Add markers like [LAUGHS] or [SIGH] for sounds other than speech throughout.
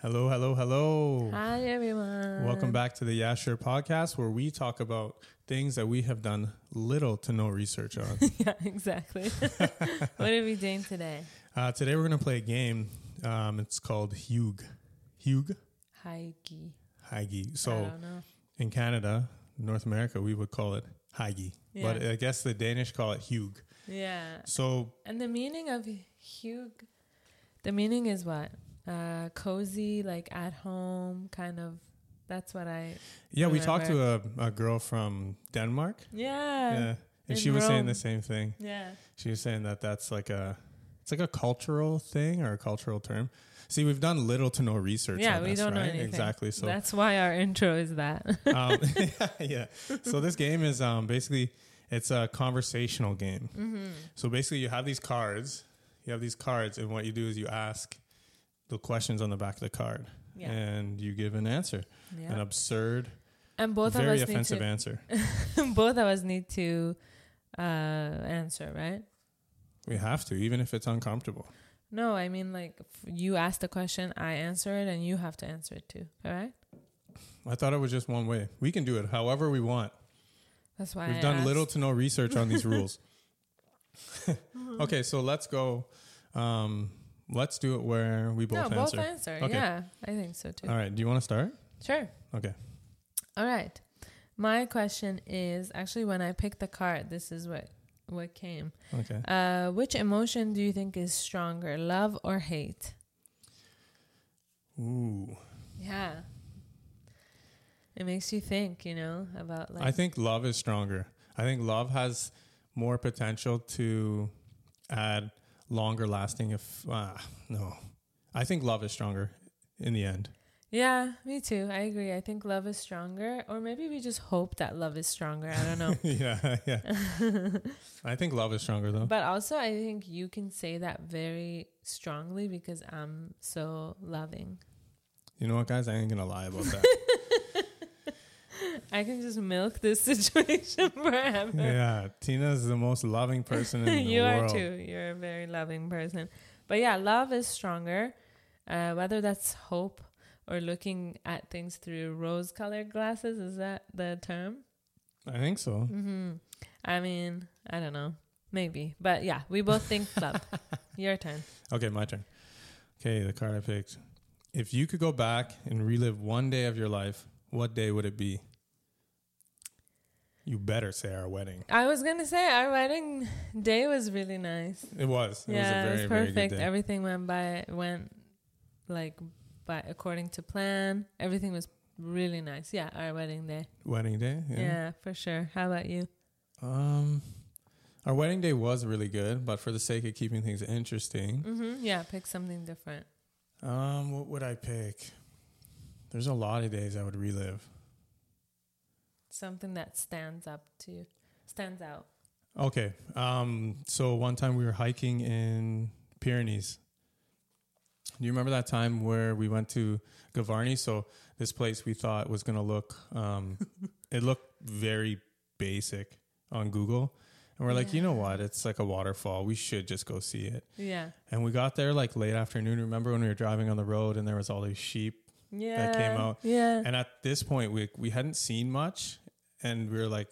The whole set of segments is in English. Hello, hello, hello. Hi, everyone. Hmm. Welcome back to the Yeah Sure podcast, where we talk about things that we have done little to no research on. [LAUGHS] yeah, exactly. [LAUGHS] what are we doing today? uh, today, we're going to play a game. Um, it's called Hug. Hug? Hikey. Hygge. I So don't know. in Canada, North America, we would call it Hygge. Yeah. But I guess the Danish call it Hug. Yeah. So, And the meaning of hug, the meaning is what? Uh, cozy, like at home, kind of. That's what I. yeah, we Remember. talked to a, a girl from Denmark. Yeah. yeah. And Uh, in she was saying Rome. the same thing. Yeah. She was saying that that's like a it's like a cultural thing or a cultural term. See, we've done little to no research. Yeah, on we this, don't know right? anything. exactly. So, That's why our intro is that. [LAUGHS] um, [LAUGHS] yeah. So this game is um, basically it's a conversational game. Mm-hmm. So basically, you have these cards. You have these cards, and what you do is you ask the questions on the back of the card, Yeah. and you give an answer, an yeah. absurd, And both of very us need offensive [LAUGHS] to. answer. both of us need to uh, answer, right? we have to, even if it's uncomfortable. No, I mean like f- you ask the question, I answer it, and you have to answer it too. All right. I thought it was just one way. We can do it however we want. That's why We've I done asked. little to no research on these [LAUGHS] rules. [LAUGHS] okay, so let's go. Um, let's do it where we both no, answer. both answer. Okay. Yeah, I think so too. All right, do you want to start? Sure. Okay. All right. My question is actually when I picked the card, this is what what came. Okay. Uh, which emotion do you think is stronger, love or hate? Ooh. Yeah. It makes you think, you know, about like I think love is stronger. I think love has more potential to add longer lasting if uh, no. I think love is stronger in the end. [LAUGHS] Yeah, me too. I agree. I think love is stronger or maybe we just hope that love is stronger. I [LAUGHS] don't know. [LAUGHS] yeah, yeah. I think love is stronger though. But also, I think you can say that very strongly because I'm so loving. [LAUGHS] You know what guys, I ain't going to lie about that. I can just milk this [LAUGHS] situation forever. yeah, Tina's the most loving [LAUGHS] person in the you world. are too. You're a very loving person. But yeah, love is stronger. Uh, whether that's hope or looking at things through rose colored glasses, is that the term? I think so. hmm I mean, I don't know. Maybe. But yeah, we both think [LAUGHS] love. Your turn. Okay, my turn. Okay, the card I picked. If you could go back and relive one day of your life, what day would it be? You better say our wedding. I was going to say our wedding day was really nice. It was. It was yeah, a it was very, perfect. very good day. Everything went by went like by according to plan. Everything was really nice. Yeah, our wedding day. wedding day? Yeah, for sure. How about you? Um our wedding day was really good, but for the sake of keeping things interesting, hmm Yeah, pick something different. um, what would I pick? There's a lot of days I would relive. Something that stands up to you. Stands out. Okay. Um, so one time we were hiking in Pyrenees. Do you remember that time where we went to Gavarni? So this place we thought was going to look, um, it looked very basic on Google. And we're like, you know what? It's like a waterfall. We should just go see it. Yeah. And we got there like late afternoon. Remember when we were driving on the road and there was all these sheep? Yeah. came out. Yeah. And at this point, we we hadn't seen much, and we were like,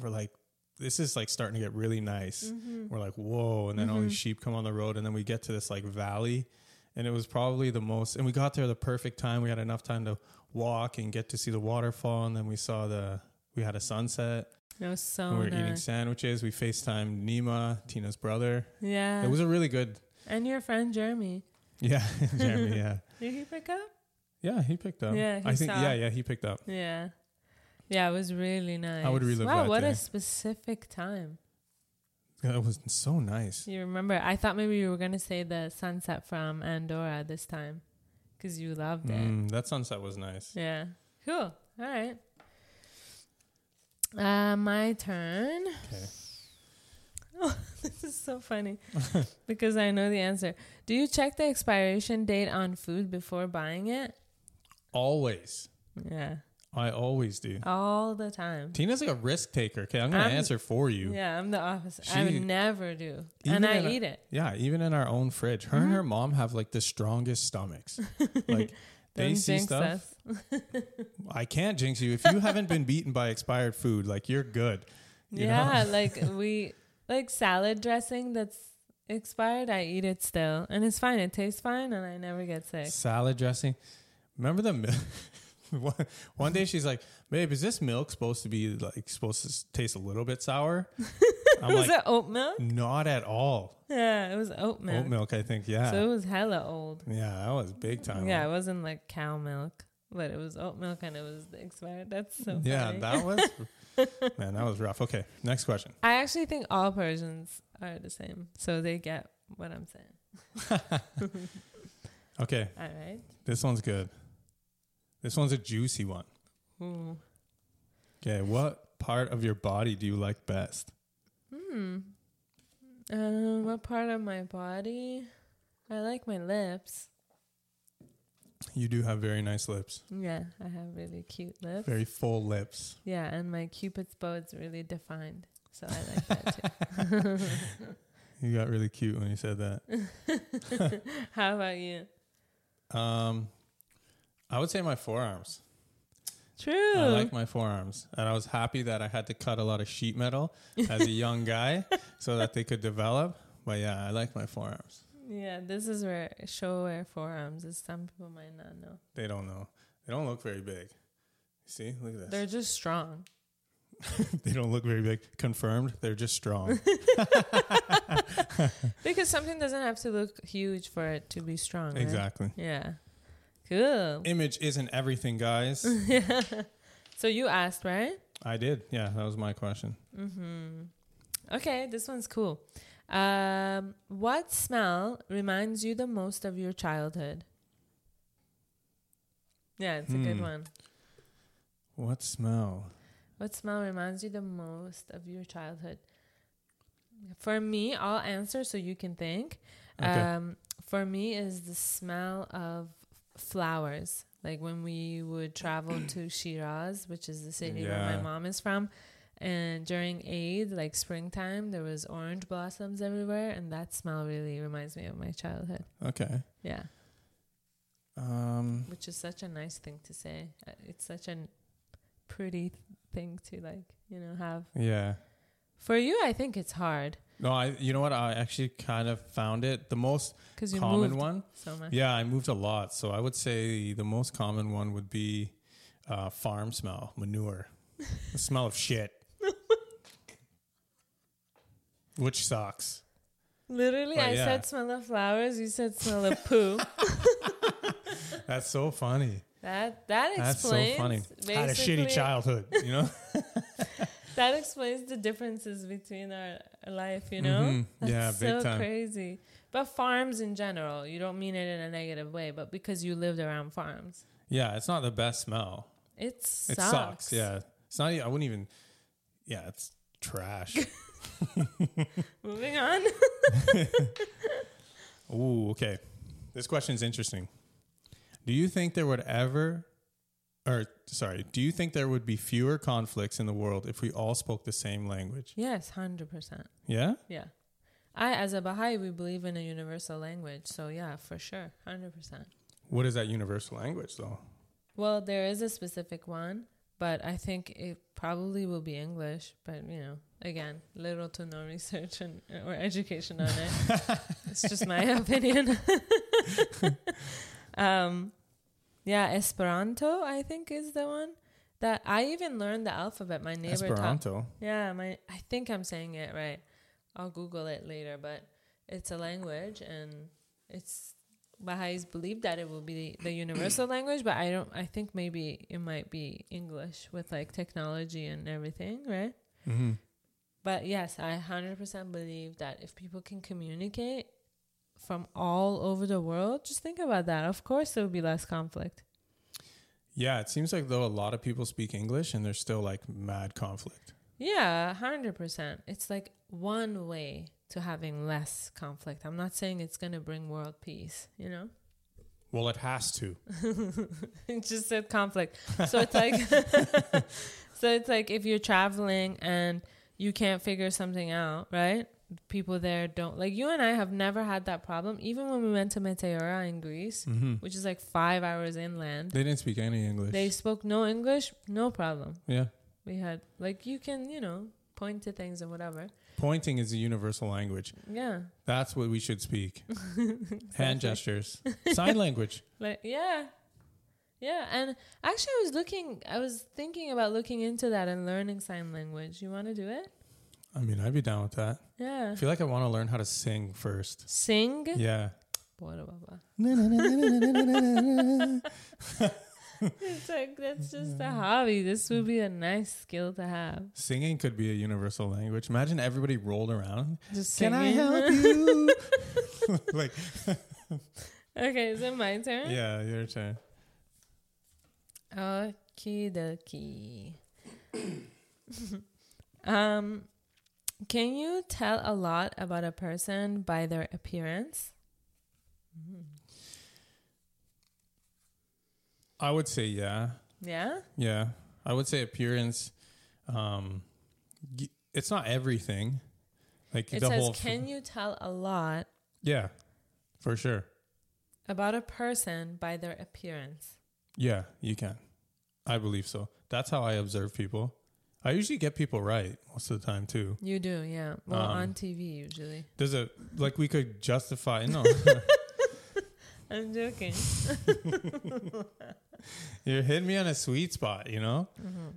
we're like, this is like starting to get really nice. Mm-hmm. We're like, whoa! And then all these sheep come on the road, and then we get to this like valley, and it was probably the most. And we got there the perfect time. We had enough time to walk and get to see the waterfall, and then we saw the we had a sunset. It was so we were nice. eating sandwiches. We Facetime Nima, Tina's brother. yeah. It was a really good. [LAUGHS] and your friend Jeremy. Yeah, [LAUGHS] Jeremy. Yeah, Did he pick up? yeah. He picked up. Yeah, he I think. saw. Yeah, yeah. He picked up. Yeah. Yeah, it was really nice. would relive Wow, that what day. a specific time. That was so nice. You remember? I thought maybe you were gonna say the sunset from Andorra this time, because you loved it. Mm, that sunset was [LAUGHS] nice. Yeah. Cool. All right. Uh, my turn. [LAUGHS] Okay. This is [LAUGHS] so funny because I know the answer. Do you check the expiration date on food before buying it? Always. Yeah, I always do. all the time. Tina's like a risk taker. Okay, I'm gonna I'm- answer for you. Yeah. Yeah, I'm the opposite. I She- would never do, Even and I in a- eat it. [LAUGHS] even in our own fridge. Her and her mom have like the strongest stomachs. like They Mm-hmm. Don't see jinx stuff. us. I can't jinx you if you haven't been beaten by expired food. Like you're [LAUGHS] good. You know? [LAUGHS] yeah, like we like salad dressing that's expired. I eat it still, and it's fine. It tastes fine, and I never get sick. Salad dressing. Remember the mi- [LAUGHS] one, one day she's like, "Babe, is this milk supposed to be like supposed to s- taste a little bit [LAUGHS] sour?" I'm was like, it oat milk? "Not at all." Yeah, it was oat milk. Oat milk, I think. Yeah, So it was hella old. yeah, that was big time. Yeah, it wasn't like cow milk, but it was oat milk, and it was expired. That's so yeah, funny. that was [LAUGHS] man, that was rough. Okay, next question. I actually think all Persians are the same, so they get what I'm saying. Okay, All right. this one's good. This one's a juicy one. Ooh. Okay, what part of your body do you like best? Hmm. Um, what part of my body? I like my lips. You do have very nice lips, Yeah, I have really cute lips. very full lips. Yeah, and my cupid's bow is really defined, so I like that You got really cute when you said that. too. [LAUGHS] How about you? Um, I would say my forearms. True. I like my forearms, and I was happy that I had to cut a lot of sheet metal as a young [LAUGHS] guy so that they could develop. But yeah, I like my forearms. yeah, this is where show where forearms is. Some people might not know. They don't know. They don't look very big. See, look at They're this. just strong. [LAUGHS] they don't look very big. Confirmed. They're just strong. Because something doesn't have to look huge for it to be strong. [LAUGHS] right? exactly. Yeah. Cool. Image isn't everything, guys. [LAUGHS] so you asked, right? I did. Yeah, that was my question. Mm-hmm. Okay, this one's cool. Um, what smell reminds you the most of your childhood? Yeah, it's a good Hmm. one. What smell? What smell reminds you the most of your childhood? For me, I'll answer so you can think. Okay. Um, for me, is the smell of flowers. Like when we would travel [CLEARS THROAT] to Shiraz, which is the city where my Yeah. mom is from, and during Eid, like springtime, there was orange blossoms everywhere, and that smell really reminds me of my childhood. Okay. Yeah, Um, which is such a nice thing to say. Uh, It's such a pretty thing to like, you know, have. yeah. For you, I think it's hard No, I. You know what? I actually kind of found it the most because you common moved one. so much. Yeah, I moved a lot, so I would say the most common one would be uh, farm smell, manure, the smell of shit, which sucks. Literally, But I Oh, yeah. said smell of flowers. You said smell of [LAUGHS] poo. That's so funny. that that That's so explains. funny. I had a basically- shitty childhood, you know. That explains the differences between our life. You know, Mhm. That's Yeah, big so time. crazy. But farms in general, you don't mean it in a negative way, but because you lived around farms, yeah, it's not the best smell. it It sucks. sucks. Yeah, it's not. e- I wouldn't even. Yeah, it's [LAUGHS] trash. Moving on. [LAUGHS] Ooh, okay. This question's interesting. Do you think there would ever, or sorry, do you think there would be fewer conflicts in the world if we all spoke the same language? yes, hundred percent. Yeah? Yeah. I, as a Baha'i, we believe in a universal language. So, yeah, for sure. 100%. What is that universal language, though? Well, there is a specific one, but I think it probably will be English. But you know, again, little to no [LAUGHS] research and or education on it. it's just my [LAUGHS] opinion. um, yeah, Esperanto, I think is the one that I even learned the alphabet. My neighbor taught. Esperanto. Yeah, my I think I'm saying it right. I'll Google it later, but it's a language and it's Baha'is believe that it will be the universal language, but I don't I think maybe it might be English with like technology and everything, right? Mm-hmm. But yes, I 100% believe that if people can communicate from all over the world, just think about that. Of course there will be less conflict. Yeah, it seems like, though, a lot of people speak English and there's still like mad conflict. Yeah, 100%. It's like one way to having less conflict. I'm not saying it's going to bring world peace, you know? [LAUGHS] Well, it has to. It just said conflict. So it's like [LAUGHS] So it's like if you're traveling and you can't figure something out, right? people there don't like you and I have never had that problem. Even when we went to Meteora in Greece, Mm-hmm. which is like five hours inland, They didn't speak any English. they spoke no English, no problem. yeah. We had like you can you know point to things and whatever. Pointing is a universal language. Yeah, That's what we should [LAUGHS] speak. Hand gestures, sign language. like yeah, yeah. And actually, I was looking, I was thinking about looking into that and learning sign language. You want to do it? I mean, I'd be down with [LAUGHS] that. I Yeah. feel like I want to learn how to sing first. Sing. Yeah. Blah, blah, blah. [LAUGHS] yeah, It's like that's just Mm. a hobby. This would be a nice skill to have. Singing could be a universal language. Imagine everybody rolled around. Just Can I singing. [LAUGHS] help you? like, Okay, is it my turn? yeah, your turn. Okie dokie. [COUGHS] um, can you tell a lot about a person by their appearance? I would say, yeah. Yeah. Yeah. I would say appearance. Um, y- it's not everything. Like, It the says, whole. can you tell a lot yeah, for sure. about a person by their appearance? Yeah, you can. I believe so. That's how I observe people. I usually get people right most of the time too. You do, yeah. Well, Um, on TV usually. There's a like we could justify no. [LAUGHS] I'm joking. You're hitting me on a sweet spot, you know? Mm-hmm.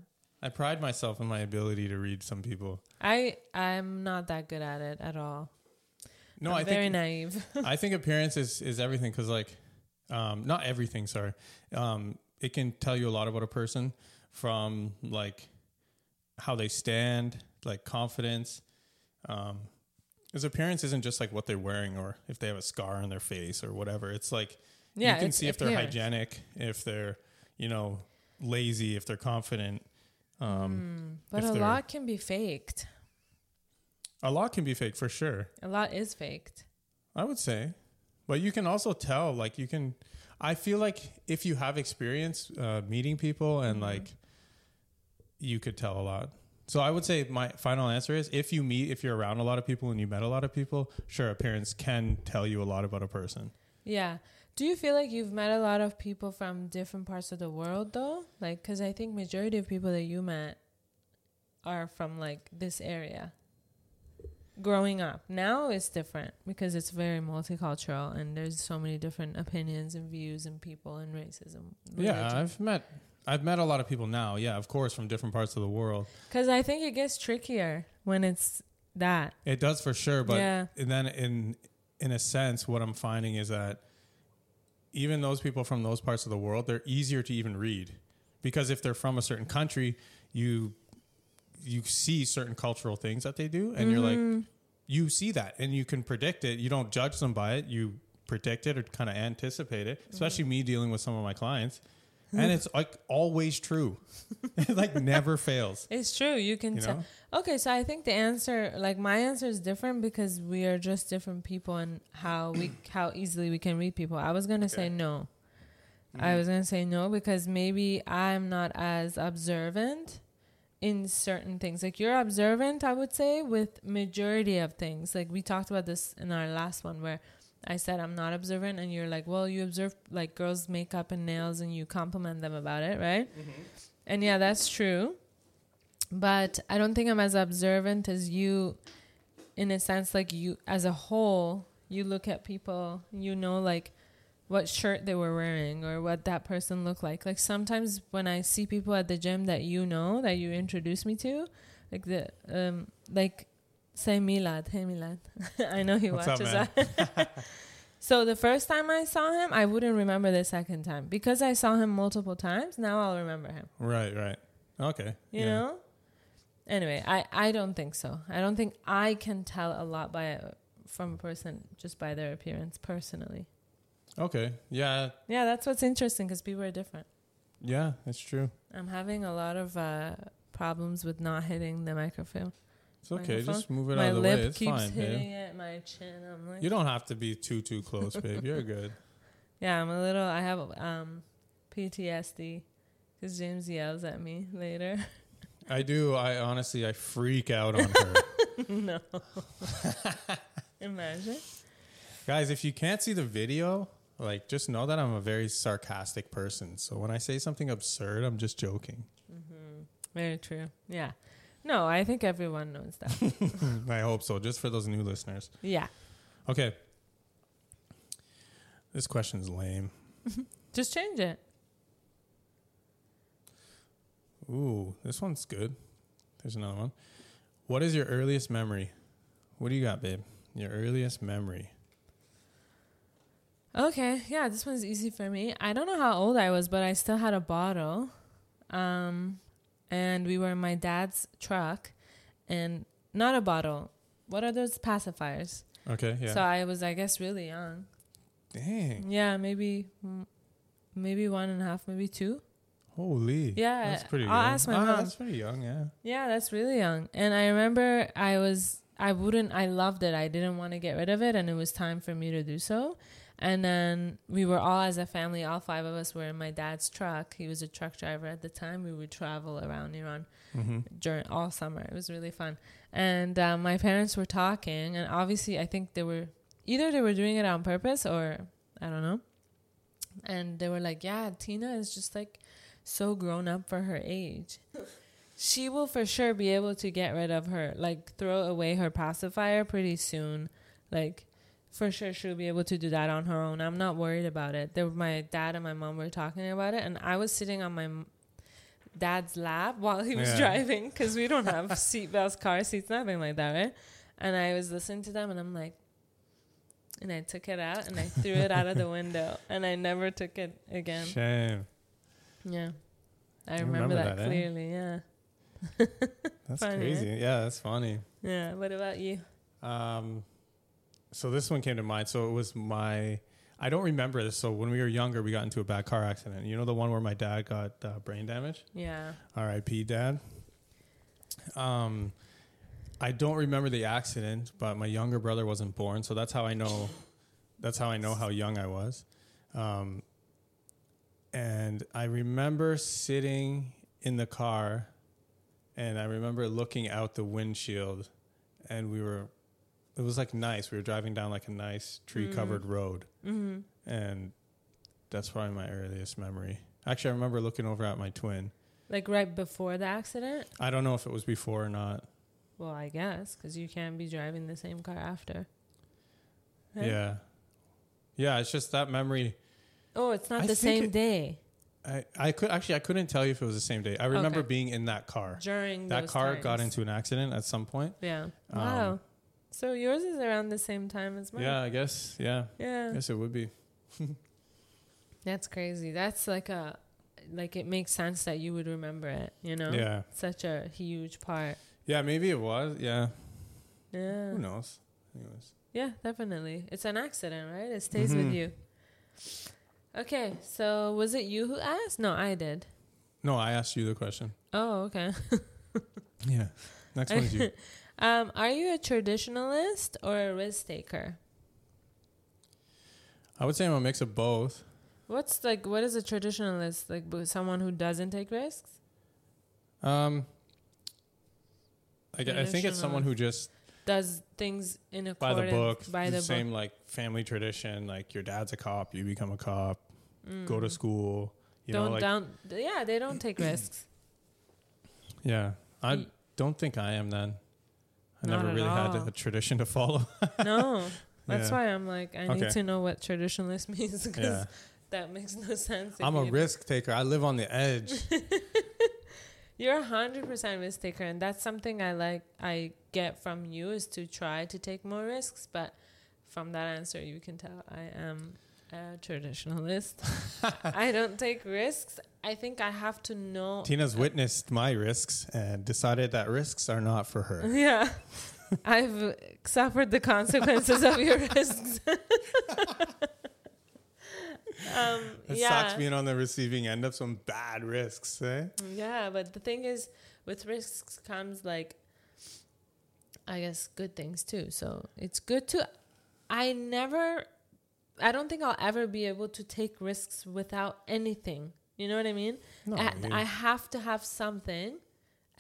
I pride myself in my ability to read some people. I I'm not that good at it at all. No, I'm I very think naive. [LAUGHS] I think appearance is is everything cuz like um not everything, sorry. Um it can tell you a lot about a person from like how they stand, like confidence. Um his appearance isn't just like what they're wearing or if they have a scar on their face or whatever. It's like Yeah, you can it's see if they're appearance. hygienic, if they're, you know, lazy, if they're confident. Um, Mm, But if a they're- lot can be faked. A lot can be fake for sure. A lot is faked. I would say, but you can also tell. Like you can, I feel like if you have experience uh, meeting people and like, you could tell a lot. So I would say my final answer is if you meet, if you're around a lot of people and you met a lot of people, sure, appearance can tell you a lot about a person. Yeah. Do you feel like you've met a lot of people from different parts of the world though? Like cuz I think majority of people that you met are from like this area. Growing up. Now it's different because it's very multicultural and there's so many different opinions and views and people and racism. Yeah, I've met, I've met a lot of people now. Yeah, of course, from different parts of the world. Cuz I think it gets trickier when it's that. It does for sure, but Yeah. and then in in a sense, what I'm finding is that even those people from those parts of the world, they're easier to even read because if they're from a certain country, you you see certain cultural things that they do, and Mm-hmm. you're like, you see that, and you can predict it. You don't judge them by it. You predict it or kind of anticipate it. Especially Mm-hmm. me dealing with some of my [LAUGHS] clients, and it's like always true. it like never fails. It's true. You can You tell. know? Okay, so I think the answer, like my answer, is different because we are just different people and [CLEARS THROAT] how we how easily we can read people. I was gonna say Okay. Mm-hmm. no. I was gonna say no because maybe I'm not as observant in certain things. Like you're observant, I would say, with majority of things. Like we talked about this in our last one where I said I'm not observant, and you're like, well, you observe like girls' makeup and nails, and you compliment them about it, right? Mm-hmm. And yeah, that's true. But I don't think I'm as observant as you, in a sense, like you as a whole, you look at people, you know, like what shirt they were wearing or what that person looked like. Like sometimes when I see people at the gym that you know, that you introduce me to, like the, um, like, say Milad, hey Milad. [LAUGHS] I know he What's up, watches man? that. [LAUGHS] So the first time I saw him, I wouldn't remember the second time because I saw him multiple times. Now I'll remember him. Right, right. Okay. You know. Anyway, I I don't think so. I don't think I can tell a lot by a, from a person just by their appearance personally. Okay. Yeah. Yeah, that's what's interesting because people are different. Yeah, that's true. I'm having a lot of uh, problems with not hitting the microphone. It's okay. Microphone? Just move it my out of the way. lip It's keeps fine, hitting babe. at my chin. I'm like, You don't have to be too too close, babe. [LAUGHS] You're good. Yeah, I'm a little. I have um, PTSD because James yells at me [LAUGHS] later. [LAUGHS] I do. I honestly, I freak out on her. no. Imagine. Guys, if you can't see the video, like just know that I'm a very sarcastic person. So when I say something absurd, I'm just [LAUGHS] joking. Mm-hmm. Very true. Yeah. No, I think everyone knows that. I hope so, just for those new listeners. yeah. Okay. This question's lame. Just change it. Ooh, this one's good. There's another one. What is your earliest memory? What do you got, babe? Your earliest memory. Okay, yeah, this one's easy for me. I don't know how old I was, but I still had a bottle. Um, and we were in my dad's truck, and not a bottle. What are those pacifiers? Okay, yeah. So I was, I guess, really young. Dang. Yeah, maybe, mm, maybe one and a half, maybe two. Holy. Yeah, That's pretty I'll young. ask my Ah, mom. That's pretty young, yeah. Yeah, that's really young. And I remember I was I wouldn't I loved it. I didn't want to get rid of it and it was time for me to do so. And then we were all as a family, all five of us were in my dad's truck. He was a truck driver at the time. We would travel around Iran Mm-hmm. during all summer. It was really fun. And uh, my parents were talking, and obviously, I think they were either they were doing it on purpose or I don't know. And they were like, "Yeah, Tina is just like so grown up for her age. She will for sure be able to get rid of her, like throw away her pacifier pretty soon. Like, for sure she'll be able to do that on her own. I'm not worried about it." They were, my dad and my mom were talking about it, and I was sitting on my m- dad's lap while he was Yeah. driving because we don't have seatbelts, car seats, nothing like that, right? And I was listening to them, and I'm like, and I took it out and I threw it out of the window, and I never took it again. Shame. Yeah, I You remember remember, that, that, eh? clearly. Yeah, That's Funny, eh? crazy. Yeah, that's funny. yeah. What about you? Um, so this one came to mind. So it was my. I don't remember this. So when we were younger, we got into a bad car accident. You know the one where my dad got uh, brain damage. Yeah, R.I.P. Dad. Um, I don't remember the accident, but my younger brother wasn't born, so that's how I know. That's how I know how young I was. Um, and I remember sitting in the car, and I remember looking out the windshield, and we were. It was like nice. We were driving down like a nice tree-covered road, mm-hmm. and that's probably my earliest memory. Actually, I remember looking over at my twin. like right before the accident. I don't know if it was before or not. Well, I guess because you can't be driving the same car after. Right? Yeah. Yeah, it's just that memory. Oh, it's not I the think same it- day I, I could actually I couldn't tell you if it was the same day. I remember Okay. being in that car. during That those car got times. into an accident at some point. Yeah. Um, Wow. so yours is around the same time as mine. Yeah, I guess. Yeah. I Yeah. guess it would be. That's crazy. That's like a like it makes sense that you would remember it, you know? Yeah. Such a huge part. Yeah, maybe it was. Yeah. Yeah. Who knows? Anyways. Yeah, definitely. It's an accident, right? It stays with Mhm. you. Okay, so was it you who asked? No, I did. No, I asked you the question. Oh, okay. [LAUGHS] Yeah. Next one's you. um, are you a traditionalist or a risk taker? I would say I'm a mix of both. What's like what is a traditionalist? Like b- someone who doesn't take risks? Um like I think it's someone who just Does things in by accordance the book, by the, the same book. like family tradition. Like your dad's a cop, you become a cop, go to school. You Mm. don't know, like down yeah, they don't [CLEARS THROAT] take risks. yeah. I Y- don't think I am then. I Not never at really all. had a tradition to follow. [LAUGHS] [LAUGHS] No. That's Yeah. why I'm like, I need Okay. to know what traditionalist [LAUGHS] means because yeah, that makes no sense. if I'm a you- risk taker. I live on the edge. [LAUGHS] You're a hundred percent risk taker, and that's something I like. I get from you is to try to take more risks, but from that answer, you can tell I am a [LAUGHS] traditionalist. I don't take risks. I think I have to know. [LAUGHS] Tina's witnessed my risks and decided that risks are not for [LAUGHS] her. Yeah. I've suffered the consequences of your [LAUGHS] risks. um, It yeah. sucks being on the receiving end of some bad risks. Eh? Yeah, but the thing is, with risks comes like, I guess, good things too. So it's good to. I never. I don't think I'll ever be able to take risks without anything. You know what I mean? No, I, you- I have to have something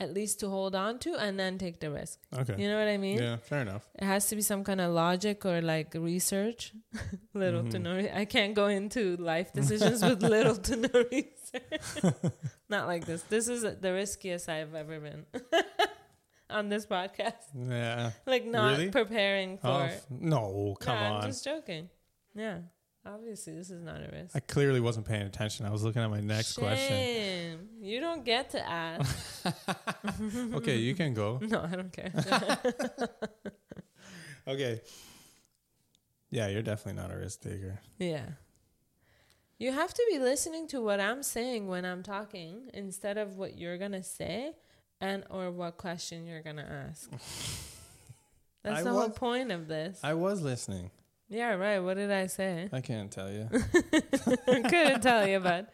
at least to hold on to and then take the risk. Okay. You know what I mean? Yeah, fair enough. It has to be some kind of logic or like research. [LAUGHS] little Mm-hmm. to no. Re- I can't go into life decisions with little to no [LAUGHS] research. Not like this. This is the riskiest I've ever been [LAUGHS] on this podcast. Yeah. Like not Really? preparing for. Oh, f- no, come Nah, on. I'm just joking. Yeah. Obviously, this is not a risk. I clearly wasn't paying attention. I was looking at my next question. Shame. You don't get to ask. [LAUGHS] Okay, you can [LAUGHS] go. [LAUGHS] no, I don't care. [LAUGHS] Okay. Yeah, you're definitely not a risk taker. yeah. You have to be listening to what I'm saying when I'm talking instead of what you're going to say and or what question you're going to [LAUGHS] ask. I That's the whole was- point of this. I was listening. yeah, right. What did I [LAUGHS] say? [LAUGHS] I can't tell you. Couldn't tell [LAUGHS] you, but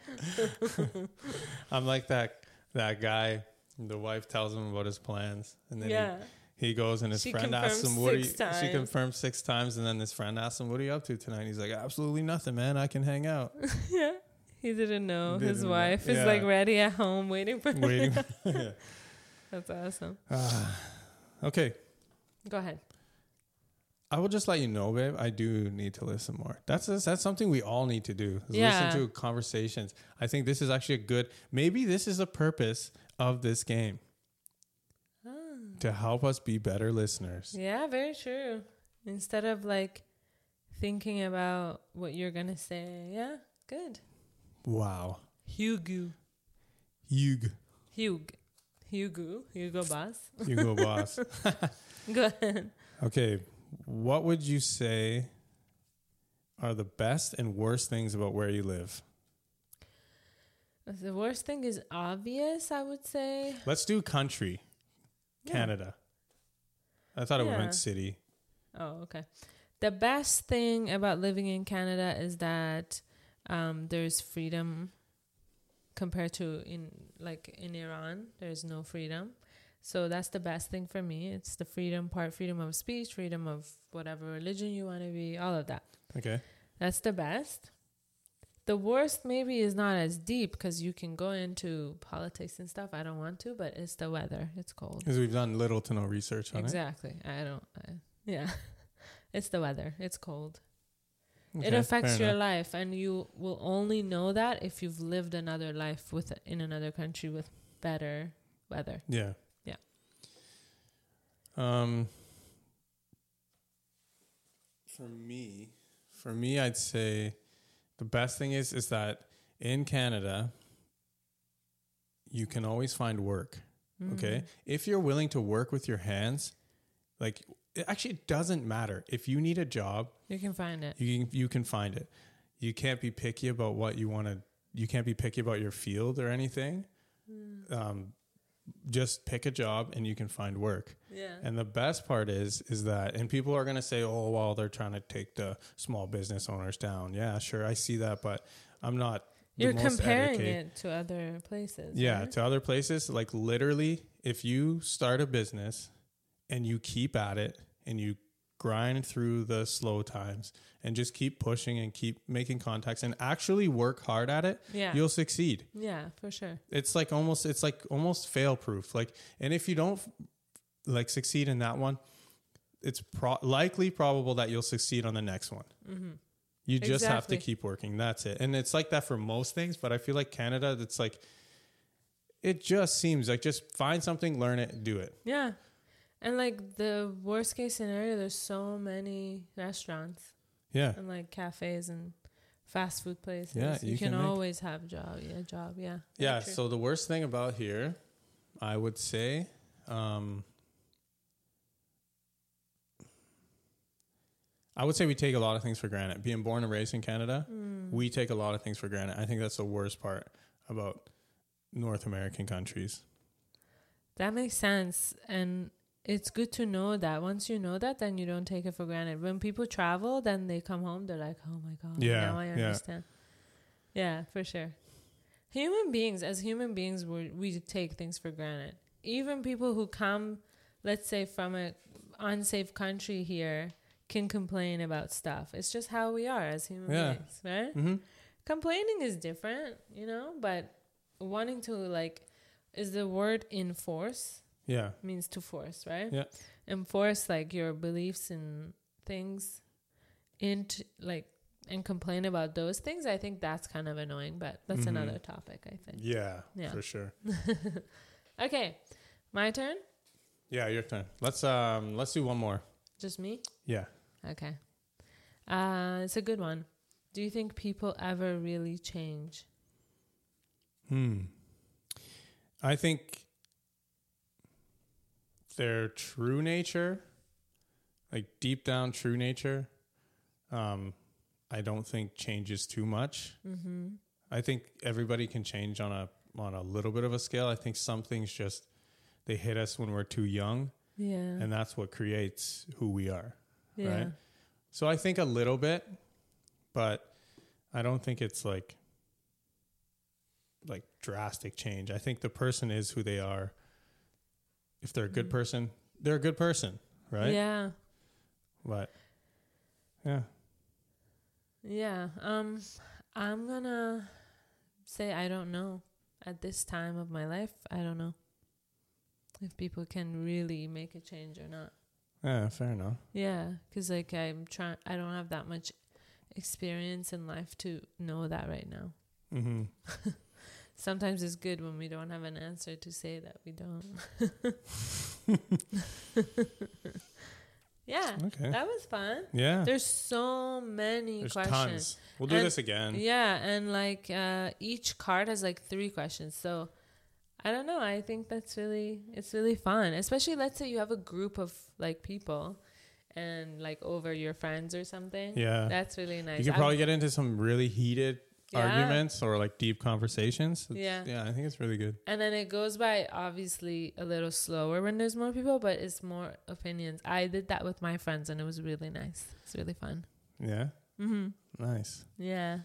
I'm like that that guy. The wife tells him about his plans, and then yeah. he, he goes and his She friend asks confirms him, "What are you?" six She times. confirms six times, and then his friend asks him, "What are you up to tonight?" And he's like, "Absolutely nothing, man. I can hang out." [LAUGHS] yeah. He didn't know. His Didn't know. wife is Yeah. like ready at home waiting [LAUGHS] for him. Waiting. Ah. That's awesome. okay, Go ahead. I will just let you know, babe. I do need to listen more. That's that's something we all need to do. is Yeah. Listen to conversations. I think this is actually a good. Maybe this is the purpose of this game to help us be better listeners. Yeah, very true. Instead of like thinking about what you're gonna say, yeah, good. Wow, Hugo, Hugo, Hug, Hugo, Hugo Boss. [LAUGHS] Hugo Boss. Go ahead. Okay, what would you say are the best and worst things about where you live? The worst thing is obvious. I would say Let's do country, Yeah. Canada. I thought it Yeah. meant city. Oh, okay. The best thing about living in Canada is that um, there's freedom compared to in like in Iran, there's no freedom. So that's the best thing for me. It's the freedom part, freedom of speech, freedom of whatever religion you want to be, all of that. Okay. That's the best. The worst maybe is not as deep because you can go into politics and stuff. I don't want to, but it's the weather. It's cold. Because we've done little to no research on Exactly. I don't. I, yeah, [LAUGHS] it's the weather. It's cold. it. it Okay, affects fair your enough. life, and you will only know that if you've lived another life with in another country with better weather. Yeah. Yeah. Um, for me, for me, I'd say the best thing is is that in Canada, you can always find work. Mm-hmm. Okay, if you're willing to work with your hands, like it actually it doesn't matter if you need a job, You can find it. you can, you can find it. You can't be picky about what you want to. You can't be picky about your field or anything. Um, just pick a job and you can find work. Yeah. And the best part is, is that, and people are going to say, oh, well, they're trying to take the small business owners down. Yeah, sure, I see that, but I'm not. the You're most comparing educated. it to other places. Yeah, right? to other places. Like literally, if you start a business and you keep at it and you grind through the slow times and just keep pushing and keep making contacts and actually work hard at it, Yeah. you'll succeed. Yeah, for sure. It's like almost it's like almost fail proof. Like and if you don't like succeed in that one, it's pro- likely probable that you'll succeed on the next one. Mm-hmm. You just have to Exactly. keep working. That's it. And it's like that for most things, but I feel like Canada, it's like, it just seems like just find something, learn it, do it. Yeah. And like the worst case scenario, there's so many restaurants Yeah. and like cafes and fast food places. Yeah, you, you can, can make- always have job. Yeah, job. Yeah. Yeah. True. So the worst thing about here, I would say, um, I would say we take a lot of things for granted. Being born and raised in Canada, Mm. we take a lot of things for granted. I think that's the worst part about North American countries. That makes sense. And it's good to know that. Once you know that, then you don't take it for granted. When people travel, then they come home, they're like, oh my God, Yeah, now I yeah. understand. Yeah, for sure. Human beings, as human beings, we we take things for granted. Even people who come, let's say, from a unsafe country here can complain about stuff. It's just how we are as human Yeah. beings, right? Mm-hmm. complaining is different, you know, but wanting to like is the word enforce Yeah. means to force, right? Yeah. Enforce like your beliefs and things into like and complain about those things. I think that's kind of annoying, but that's Mhm. another topic, I think. Yeah. Yeah. For sure. Okay. My turn? Yeah, your turn. Let's um let's do one more. Just me? Yeah. Okay. Uh it's a good one. Do you think people ever really change? Hmm. I think their true nature, like deep down true nature, um, I don't think changes too much. Mm-hmm. I think everybody can change on a on a little bit of a scale. I think some things just they hit us when we're too young, Yeah. and that's what creates who we are. yeah. right? So I think a little bit, but I don't think it's like like drastic change. I think the person is who they are. If they're a good Mhm. person, they're a good person, right? Yeah. But yeah, Yeah. Um I'm gonna say I don't know. At this time of my life, I don't know if people can really make a change or not. yeah, fair enough. Yeah, cuz like I'm trying I don't have that much experience in life to know that right now. Mm-hmm. Sometimes it's good when we don't have an answer to say that we don't. [LAUGHS] yeah. Okay. That was fun. yeah. There's so many There's questions. tons. We'll do And- this again. Yeah, and like uh, each card has like three questions. So I don't know. I think that's really it's really fun. Especially let's say you have a group of like people and like over your friends or something. Yeah. That's really nice. you could I'm- probably get into some really heated Yeah. arguments or like deep conversations. It's- Yeah. Yeah, I think it's really good. And then it goes by obviously a little slower when there's more people, but it's more opinions. I did that with my friends and it was really nice. It's really fun. Yeah. Mm-hmm. Nice. Yeah.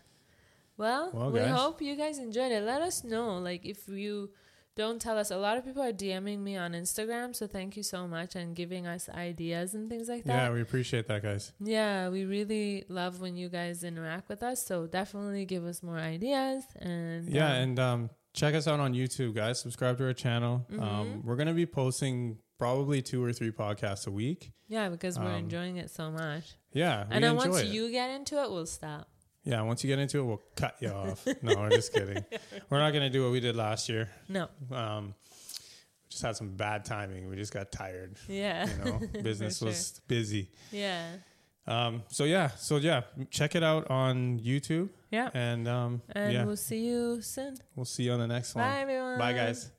Well, Well, we guys. hope you guys enjoyed it. Let us know, like, if you don't tell us. A lot of people are DMing me on Instagram, so thank you so much and giving us ideas and things like Yeah, that. we appreciate that, guys. Yeah, we really love when you guys interact with us. So definitely give us more ideas and Yeah, um, and um, check us out on YouTube, guys. Subscribe to our channel. Mm-hmm. Um, we're gonna be posting probably two or three podcasts a week. yeah, because we're um, enjoying it so much. Yeah, we And then enjoy once it. you get into it, we'll stop. yeah, once you get into it, we'll cut you off. no, we're just [LAUGHS] kidding. We're not gonna do what we did last year. No, [LAUGHS] Um, we just had some bad timing. We just got tired. yeah, You [LAUGHS] know, business sure. was busy. yeah, Um, so yeah, so yeah, check it out on YouTube, yeah. and um, And yeah, we'll see you soon. we'll see you on the next Bye, one. everyone. Bye, guys.